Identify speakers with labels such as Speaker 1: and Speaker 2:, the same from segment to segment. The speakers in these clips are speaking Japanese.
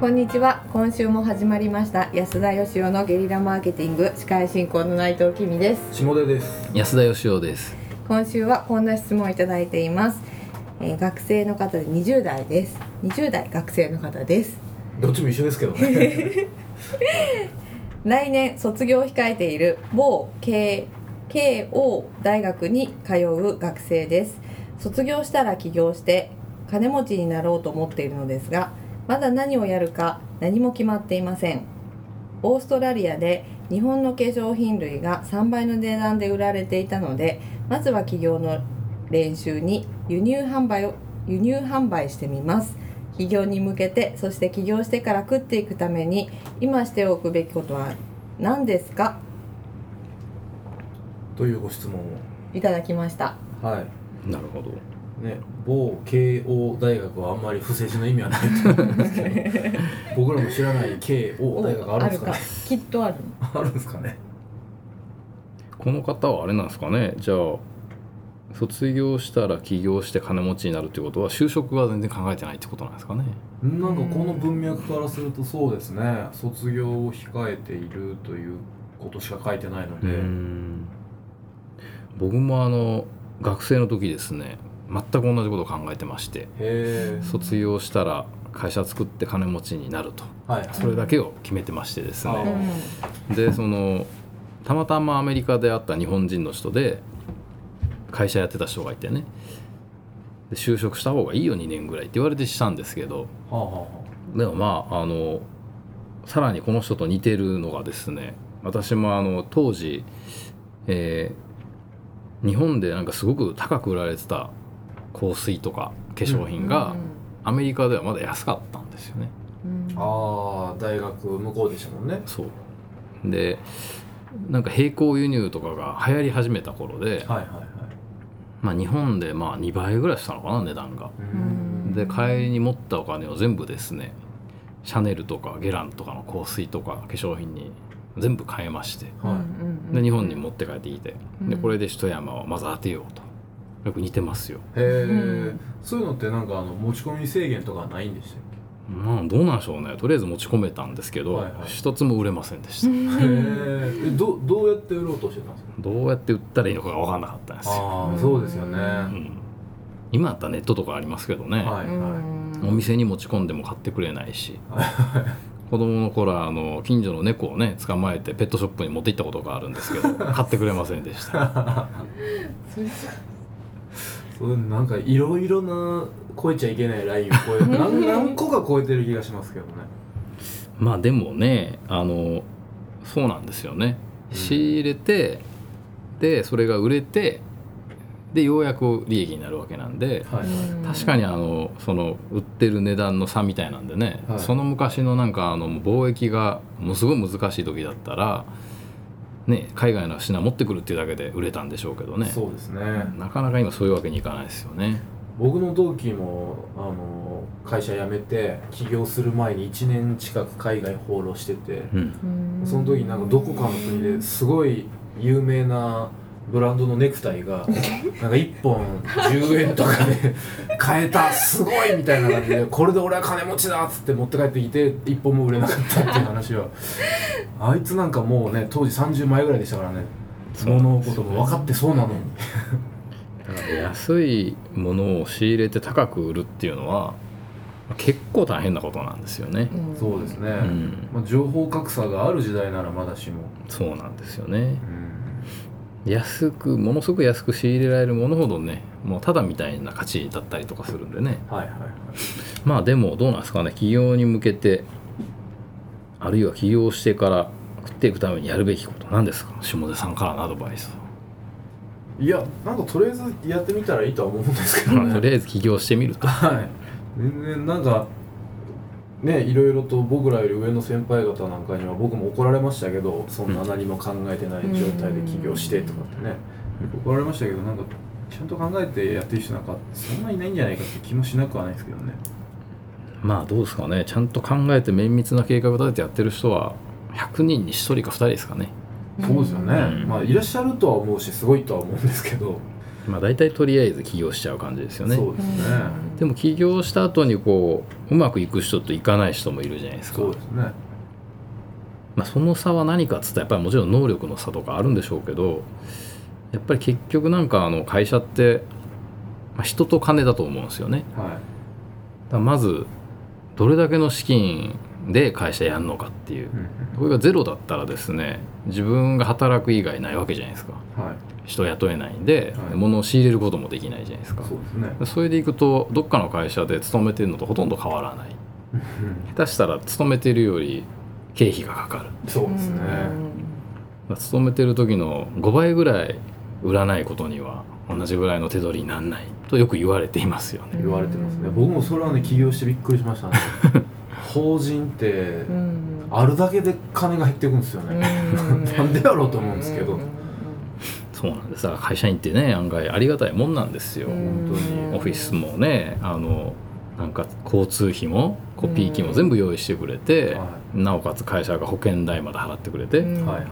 Speaker 1: こんにちは今週も始まりました安田義雄のゲリラマーケティング司会進行の内藤紀美です
Speaker 2: 下出です。
Speaker 3: 安田義雄です。
Speaker 1: 今週はこんな質問をいただいています、えー学生の方で20代です20代学生の方です
Speaker 2: どっちも一緒ですけどね。
Speaker 1: 来年卒業を控えている某慶慶応大学に通う学生です卒業したら起業して金持ちになろうと思っているのですがまだ何をやるか何も決まっていませんオーストラリアで日本の化粧品類が3倍の値段で売られていたのでまずは起業の練習に輸入販売を輸入販売してみます起業に向けてそして起業してから食っていくために今しておくべきことは何ですか
Speaker 2: というご質問
Speaker 1: いただきました
Speaker 2: を。は
Speaker 3: なるほど。
Speaker 2: い。ね、某慶応大学はあんまり不正字の意味はないと思うんですけど、僕らも知らない慶応大学あるんですかね。
Speaker 1: きっとある
Speaker 2: あるんですかね。
Speaker 3: この方はあれなんですかね。じゃあ卒業したら起業して金持ちになるってことは就職は全然考えてないってことなんですかね。
Speaker 2: なんかこの文脈からするとそうですね。卒業を控えているということしか書いてないので、
Speaker 3: ん。僕もあの学生の時ですね。全く同じことを考えてまして、
Speaker 2: へえ。
Speaker 3: 卒業したら会社作って金持ちになると、
Speaker 2: はいはい。
Speaker 3: それだけを決めてましてですね。
Speaker 2: あー
Speaker 3: でそのたまたまアメリカで会った日本人の人で会社やってた人がいてねで就職した方がいいよ2年ぐらいって言われてしたんですけど
Speaker 2: はあはあは
Speaker 3: でもまああのさらにこの人と似てるのがですね私もあの当時、えー日本でなんかすごく高く売られてた香水とか化粧
Speaker 1: う
Speaker 3: 品が、アメリカではまだ安かったんですよね。
Speaker 1: うんうん
Speaker 2: あ。ああ、大学向こうでしたもんね。
Speaker 3: そうでなんか並行輸入とかが流行り始めた頃
Speaker 2: はいは
Speaker 3: で、
Speaker 2: いはい。
Speaker 3: まあ、日本でまあ2倍ぐらいしたのかな値段が
Speaker 2: う
Speaker 1: うん
Speaker 3: で帰りに持ったお金を全部ですねシャネルとかゲランとかの香水とか化粧品に全部変えまして
Speaker 1: うんう
Speaker 2: はい。
Speaker 1: ん
Speaker 3: で日本に持って帰ってきて
Speaker 1: うん
Speaker 3: でこれで一山をまず当てようとよく似てますよ
Speaker 2: へえ、
Speaker 1: うん
Speaker 2: そういうのってなんかあの持ち込み制限とかないんでしたっ
Speaker 3: まあどうなんでしょうねとりあえず持ち込めたんですけど、
Speaker 2: はいはい
Speaker 3: 一つも売れませんでした、
Speaker 2: け、へえどどうやって売ろうとしてたんですか
Speaker 3: どうやって売ったらいいのかが分かんなかったんですよ、
Speaker 2: あ
Speaker 1: うん
Speaker 2: あそうですよね、
Speaker 3: うん、今だったらネットとかありますけどね、
Speaker 2: はいは
Speaker 3: お店に持ち込んでも買ってくれないし子供の頃はあの近所の猫をね捕まえてペットショップに持って行ったことがあるんです けど買ってくれませんでした
Speaker 1: それさ
Speaker 2: いそうなんかいろいろな超えちゃいけないラインを超 えて何何個か超えてる気がしますけどね
Speaker 3: まあでもねあのそうなんですよね
Speaker 2: うん
Speaker 3: 仕入れてでそれが売れてでようやく利益になるわけなんで
Speaker 2: はい
Speaker 1: うん
Speaker 3: 確かにあのその売ってる値段の差みたいなんでね、
Speaker 2: はい
Speaker 3: その昔のなんかあの貿易がものすごい難しい時だったら、ね、海外の品持ってくるっていうだけで売れたんでしょうけどね
Speaker 2: そうですね
Speaker 3: なかなか今そういうわけにいかないですよね。
Speaker 2: 僕の同期もあの会社辞めて起業する前に1年近く海外放浪してて
Speaker 3: うん、
Speaker 1: うん
Speaker 2: その時になんかどこかの国ですごい有名なブランドのネクタイがなんか1本10円とかで買えたすごいみたいな感じでこれで俺は金持ちだっつって持って帰ってきて1本も売れなかったっていう話はあいつなんかもうね当時30枚ぐらいでしたからね物事も分かってそうなのに
Speaker 3: だから安いものを仕入れて高く売るっていうのは結構大変なことなんですよね。
Speaker 1: ん
Speaker 2: そうですね、
Speaker 3: うん、
Speaker 2: まあ、情報格差がある時代ならまだしも、
Speaker 3: そうなんですよね
Speaker 2: う。ん、
Speaker 3: 安くものすごく安く仕入れられるものほどねもうただみたいな価値だったりとかするんでね
Speaker 2: はいはいはい
Speaker 3: まあでもどうなんですかね起業に向けてあるいは起業してから食っていくためにやるべきことなんですか下出さんからのアドバイス
Speaker 2: いやなんかとりあえずやってみたらいいとは思うんですけど
Speaker 3: まあ
Speaker 2: ね
Speaker 3: とりあえず起業してみると
Speaker 2: はい全然なんかねいろいろと僕らより上の先輩方なんかには僕も怒られましたけどそんな何も考えてない状態で起業してとかってねよく怒られましたけどなんかちゃんと考えてやってる人なんかそんないないんじゃないかって気もしなくはないですけどね
Speaker 3: まあどうですかねちゃんと考えて綿密な計画を立ててやってる人は100人に1人か2人ですかね
Speaker 2: そうですよね、
Speaker 3: うん
Speaker 2: まあいらっしゃるとは思うしすごいとは思うんですけど
Speaker 3: まあ大体とりあえず起業しちゃう感じですよね
Speaker 2: そうですね、
Speaker 3: でも起業した後にこううまくいく人といかない人もいるじゃないですか
Speaker 2: そうですね
Speaker 3: まあ、その差は何かっつったらやっぱりもちろん能力の差とかあるんでしょうけどやっぱり結局なんかあの会社って、まあ、人と金だと思うんですよね
Speaker 2: は
Speaker 3: だからまずどれだけの資金で会社やるのかってい
Speaker 2: い、
Speaker 3: う
Speaker 2: うん
Speaker 3: これがゼロだったらですね自分が働く以外ないわけじゃないですか
Speaker 2: はい
Speaker 3: 人雇えないんで、
Speaker 2: はい
Speaker 3: 物を仕入れることもできないじゃないですか
Speaker 2: そうですね
Speaker 3: それでいくとどっかの会社で勤めてるのとほとんど変わらない
Speaker 2: うん
Speaker 3: 下手したら勤めてるより経費がかかる
Speaker 2: そうですね
Speaker 3: まあ勤めてる時の5倍ぐらい売らないことには同じぐらいの手取りになんないとよく言われていますよね。
Speaker 2: 言われてますね僕もそれはね起業してびっくりしま したね法人って
Speaker 1: うん
Speaker 2: あるだけで金が減っていくんですよね、 なんでやろうと思うんですけど
Speaker 1: うん
Speaker 3: そうなんですだから会社員ってね案外ありがたいもんなんですよ。
Speaker 2: 本当に
Speaker 3: オフィスもねあのなんか交通費もコピー機も全部用意してくれて、
Speaker 2: は
Speaker 3: なおかつ会社が保険代まで払ってくれて、
Speaker 1: うん
Speaker 2: はいはいはい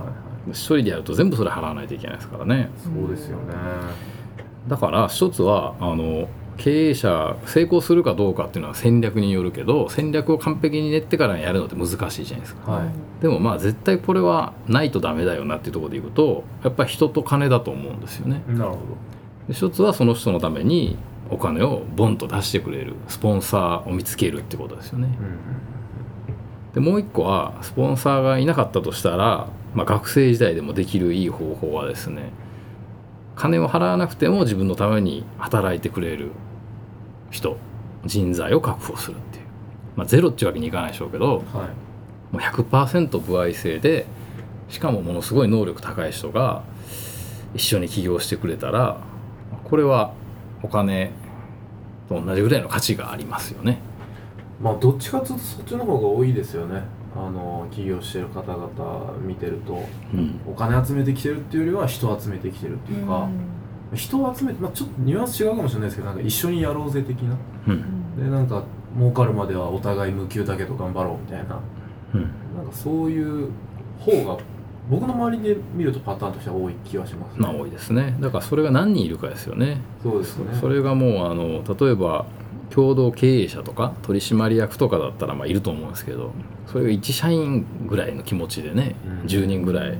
Speaker 3: 一人でやると全部それ払わないといけないですからね。
Speaker 2: そうですよね
Speaker 3: だから一つはあの経営者成功するかどうかっていうのは戦略によるけど戦略を完璧に練ってからやるのって難しいじゃないですか
Speaker 2: はい
Speaker 3: でもまあ絶対これはないとダメだよなっていうところでいくとやっぱり人と金だと思うんですよね
Speaker 2: なるほ
Speaker 3: で一つはその人のためにお金をボンと出してくれるスポンサーを見つけるってことですよね
Speaker 2: ど、うん
Speaker 3: でもう一個はスポンサーがいなかったとしたら、まあ、学生時代でもできるいい方法はですね金を払わなくても自分のために働いてくれる人人材を確保するっていう、まあ、ゼロっていうわけにいかないでしょうけど
Speaker 2: はい
Speaker 3: もう100%歩合制でしかもものすごい能力高い人が一緒に起業してくれたらこれはお金と同じぐらいの価値がありますよね。
Speaker 2: まあどっちかというとそっちの方が多いですよねあの起業してる方々見てると
Speaker 3: うん
Speaker 2: お金集めてきてるっていうよりは人集めてきてるっていうか、人を集めて、まあ、ちょっとニュアンス違うかもしれないですけどなんか一緒にやろうぜ的な
Speaker 3: うん
Speaker 2: でなんか儲かるまではお互い無給だけど頑張ろうみたいな
Speaker 3: うん
Speaker 2: なんかそういう方が僕の周りで見るとパターンとしては多い気はしますね、
Speaker 3: まあ多いですねだからそれが何人いるかですよね
Speaker 2: そうですね
Speaker 3: それがもうあの例えば共同経営者とか取締役とかだったらまあいると思うんですけどそれが1社員ぐらいの気持ちでね、
Speaker 2: うん
Speaker 3: 10人ぐらい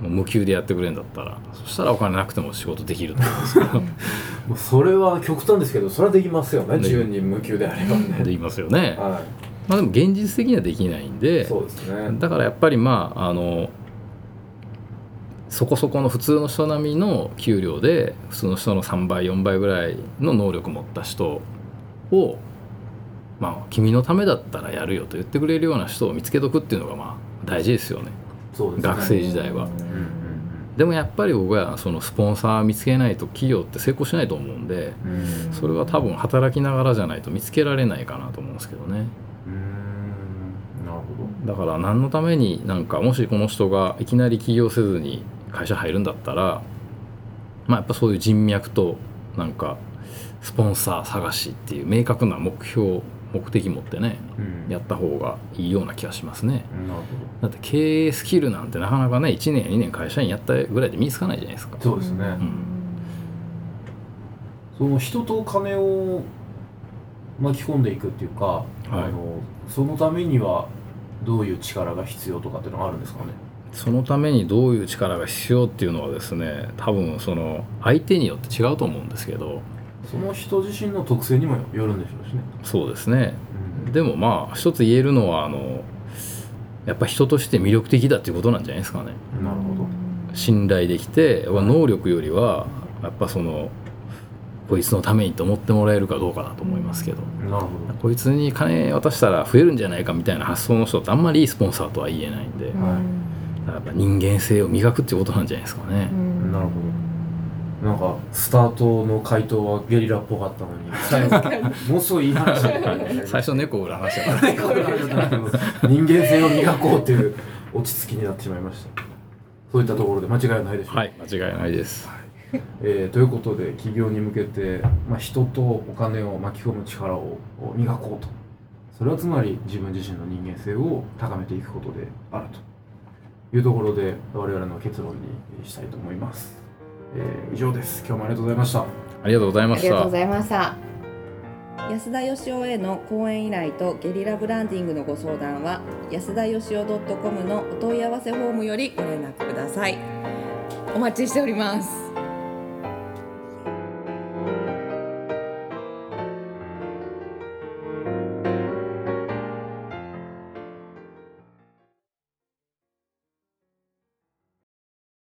Speaker 3: もう無給でやってくれるんだったらそしたらお金なくても仕事できると思うんですけど
Speaker 2: もうそれは極端ですけどそれはできますよね
Speaker 3: ね
Speaker 2: 自由に無給であれば
Speaker 3: で
Speaker 2: ね
Speaker 3: きますよね、
Speaker 2: は
Speaker 3: まあ、でも現実的にはできないん
Speaker 2: い
Speaker 3: で
Speaker 2: そうですね
Speaker 3: だからやっぱりまああのそこそこの普通の人並みの給料で普通の人の3倍4倍ぐらいの能力持った人をまあ君のためだったらやるよと言ってくれるような人を見つけとくっていうのがまあ大事ですよね
Speaker 2: そうですね
Speaker 3: 学生時代は
Speaker 2: うんうんうん
Speaker 3: でもやっぱり僕はそのスポンサー見つけないと企業って成功しないと思うんで
Speaker 2: うん
Speaker 3: それは多分働きながらじゃないと見つけられないかなと思うんですけどね
Speaker 2: うーんなるほど
Speaker 3: だから何のためになんかもしこの人がいきなり起業せずに会社入るんだったらまあやっぱそういう人脈となんかスポンサー探しっていう明確な目標目的持ってね
Speaker 2: うん
Speaker 3: やった方がいいような気がしますね
Speaker 2: なる
Speaker 3: だって経営スキルなんてなかなかね1年や2年会社員やったぐらいで身につかないじゃないですか
Speaker 2: ほどそうですね、
Speaker 3: ん
Speaker 2: その人と金を巻き込んでいくっていうか、あのそのためにはどういう力が必要とかっていうのがあるんですかね
Speaker 3: そのためにどういう力が必要っていうのはですね多分その相手によって違うと思うんですけど
Speaker 2: その人自身の特性にもよるんでしょうしね、
Speaker 3: そうですね
Speaker 2: で
Speaker 3: でもまあ一つ言えるのはあのやっぱ人として魅力的だっていうことなんじゃないですかね
Speaker 2: なるほど
Speaker 3: 信頼できて能力よりはやっぱそのこいつのためにと思ってもらえるかどうかだと思いますけど
Speaker 2: なるほ
Speaker 3: こいつに金渡したら増えるんじゃないかみたいな発想の人ってあんまりいいスポンサーとは言えないんで
Speaker 2: んはい
Speaker 3: やっぱ人間性を磨くっていうことなんじゃないですかね
Speaker 2: なるほどなんかスタートの回答はゲリラっぽかったのに最後もうすごいいい話だったね
Speaker 3: 最初猫を売ら話したから
Speaker 2: 最後の話だったのに人間性を磨こうっていう落ち着きになってしまいましたそういったところで間違いないでしょうか
Speaker 3: はい間違いないです
Speaker 2: えーということで起業に向けて、まあ、人とお金を巻き込む力を磨こうとそれはつまり自分自身の人間性を高めていくことであるというところで我々の結論にしたいと思います、えー以上です今日もありがとうございました
Speaker 3: ありがとうございま
Speaker 1: あ
Speaker 3: し
Speaker 1: りがとう
Speaker 3: た
Speaker 1: ご。ざいました安田義雄への講演依頼とゲリラブランディングのご相談は安田義雄 .com のお問い合わせフォームよりご連絡くださいお待ちしております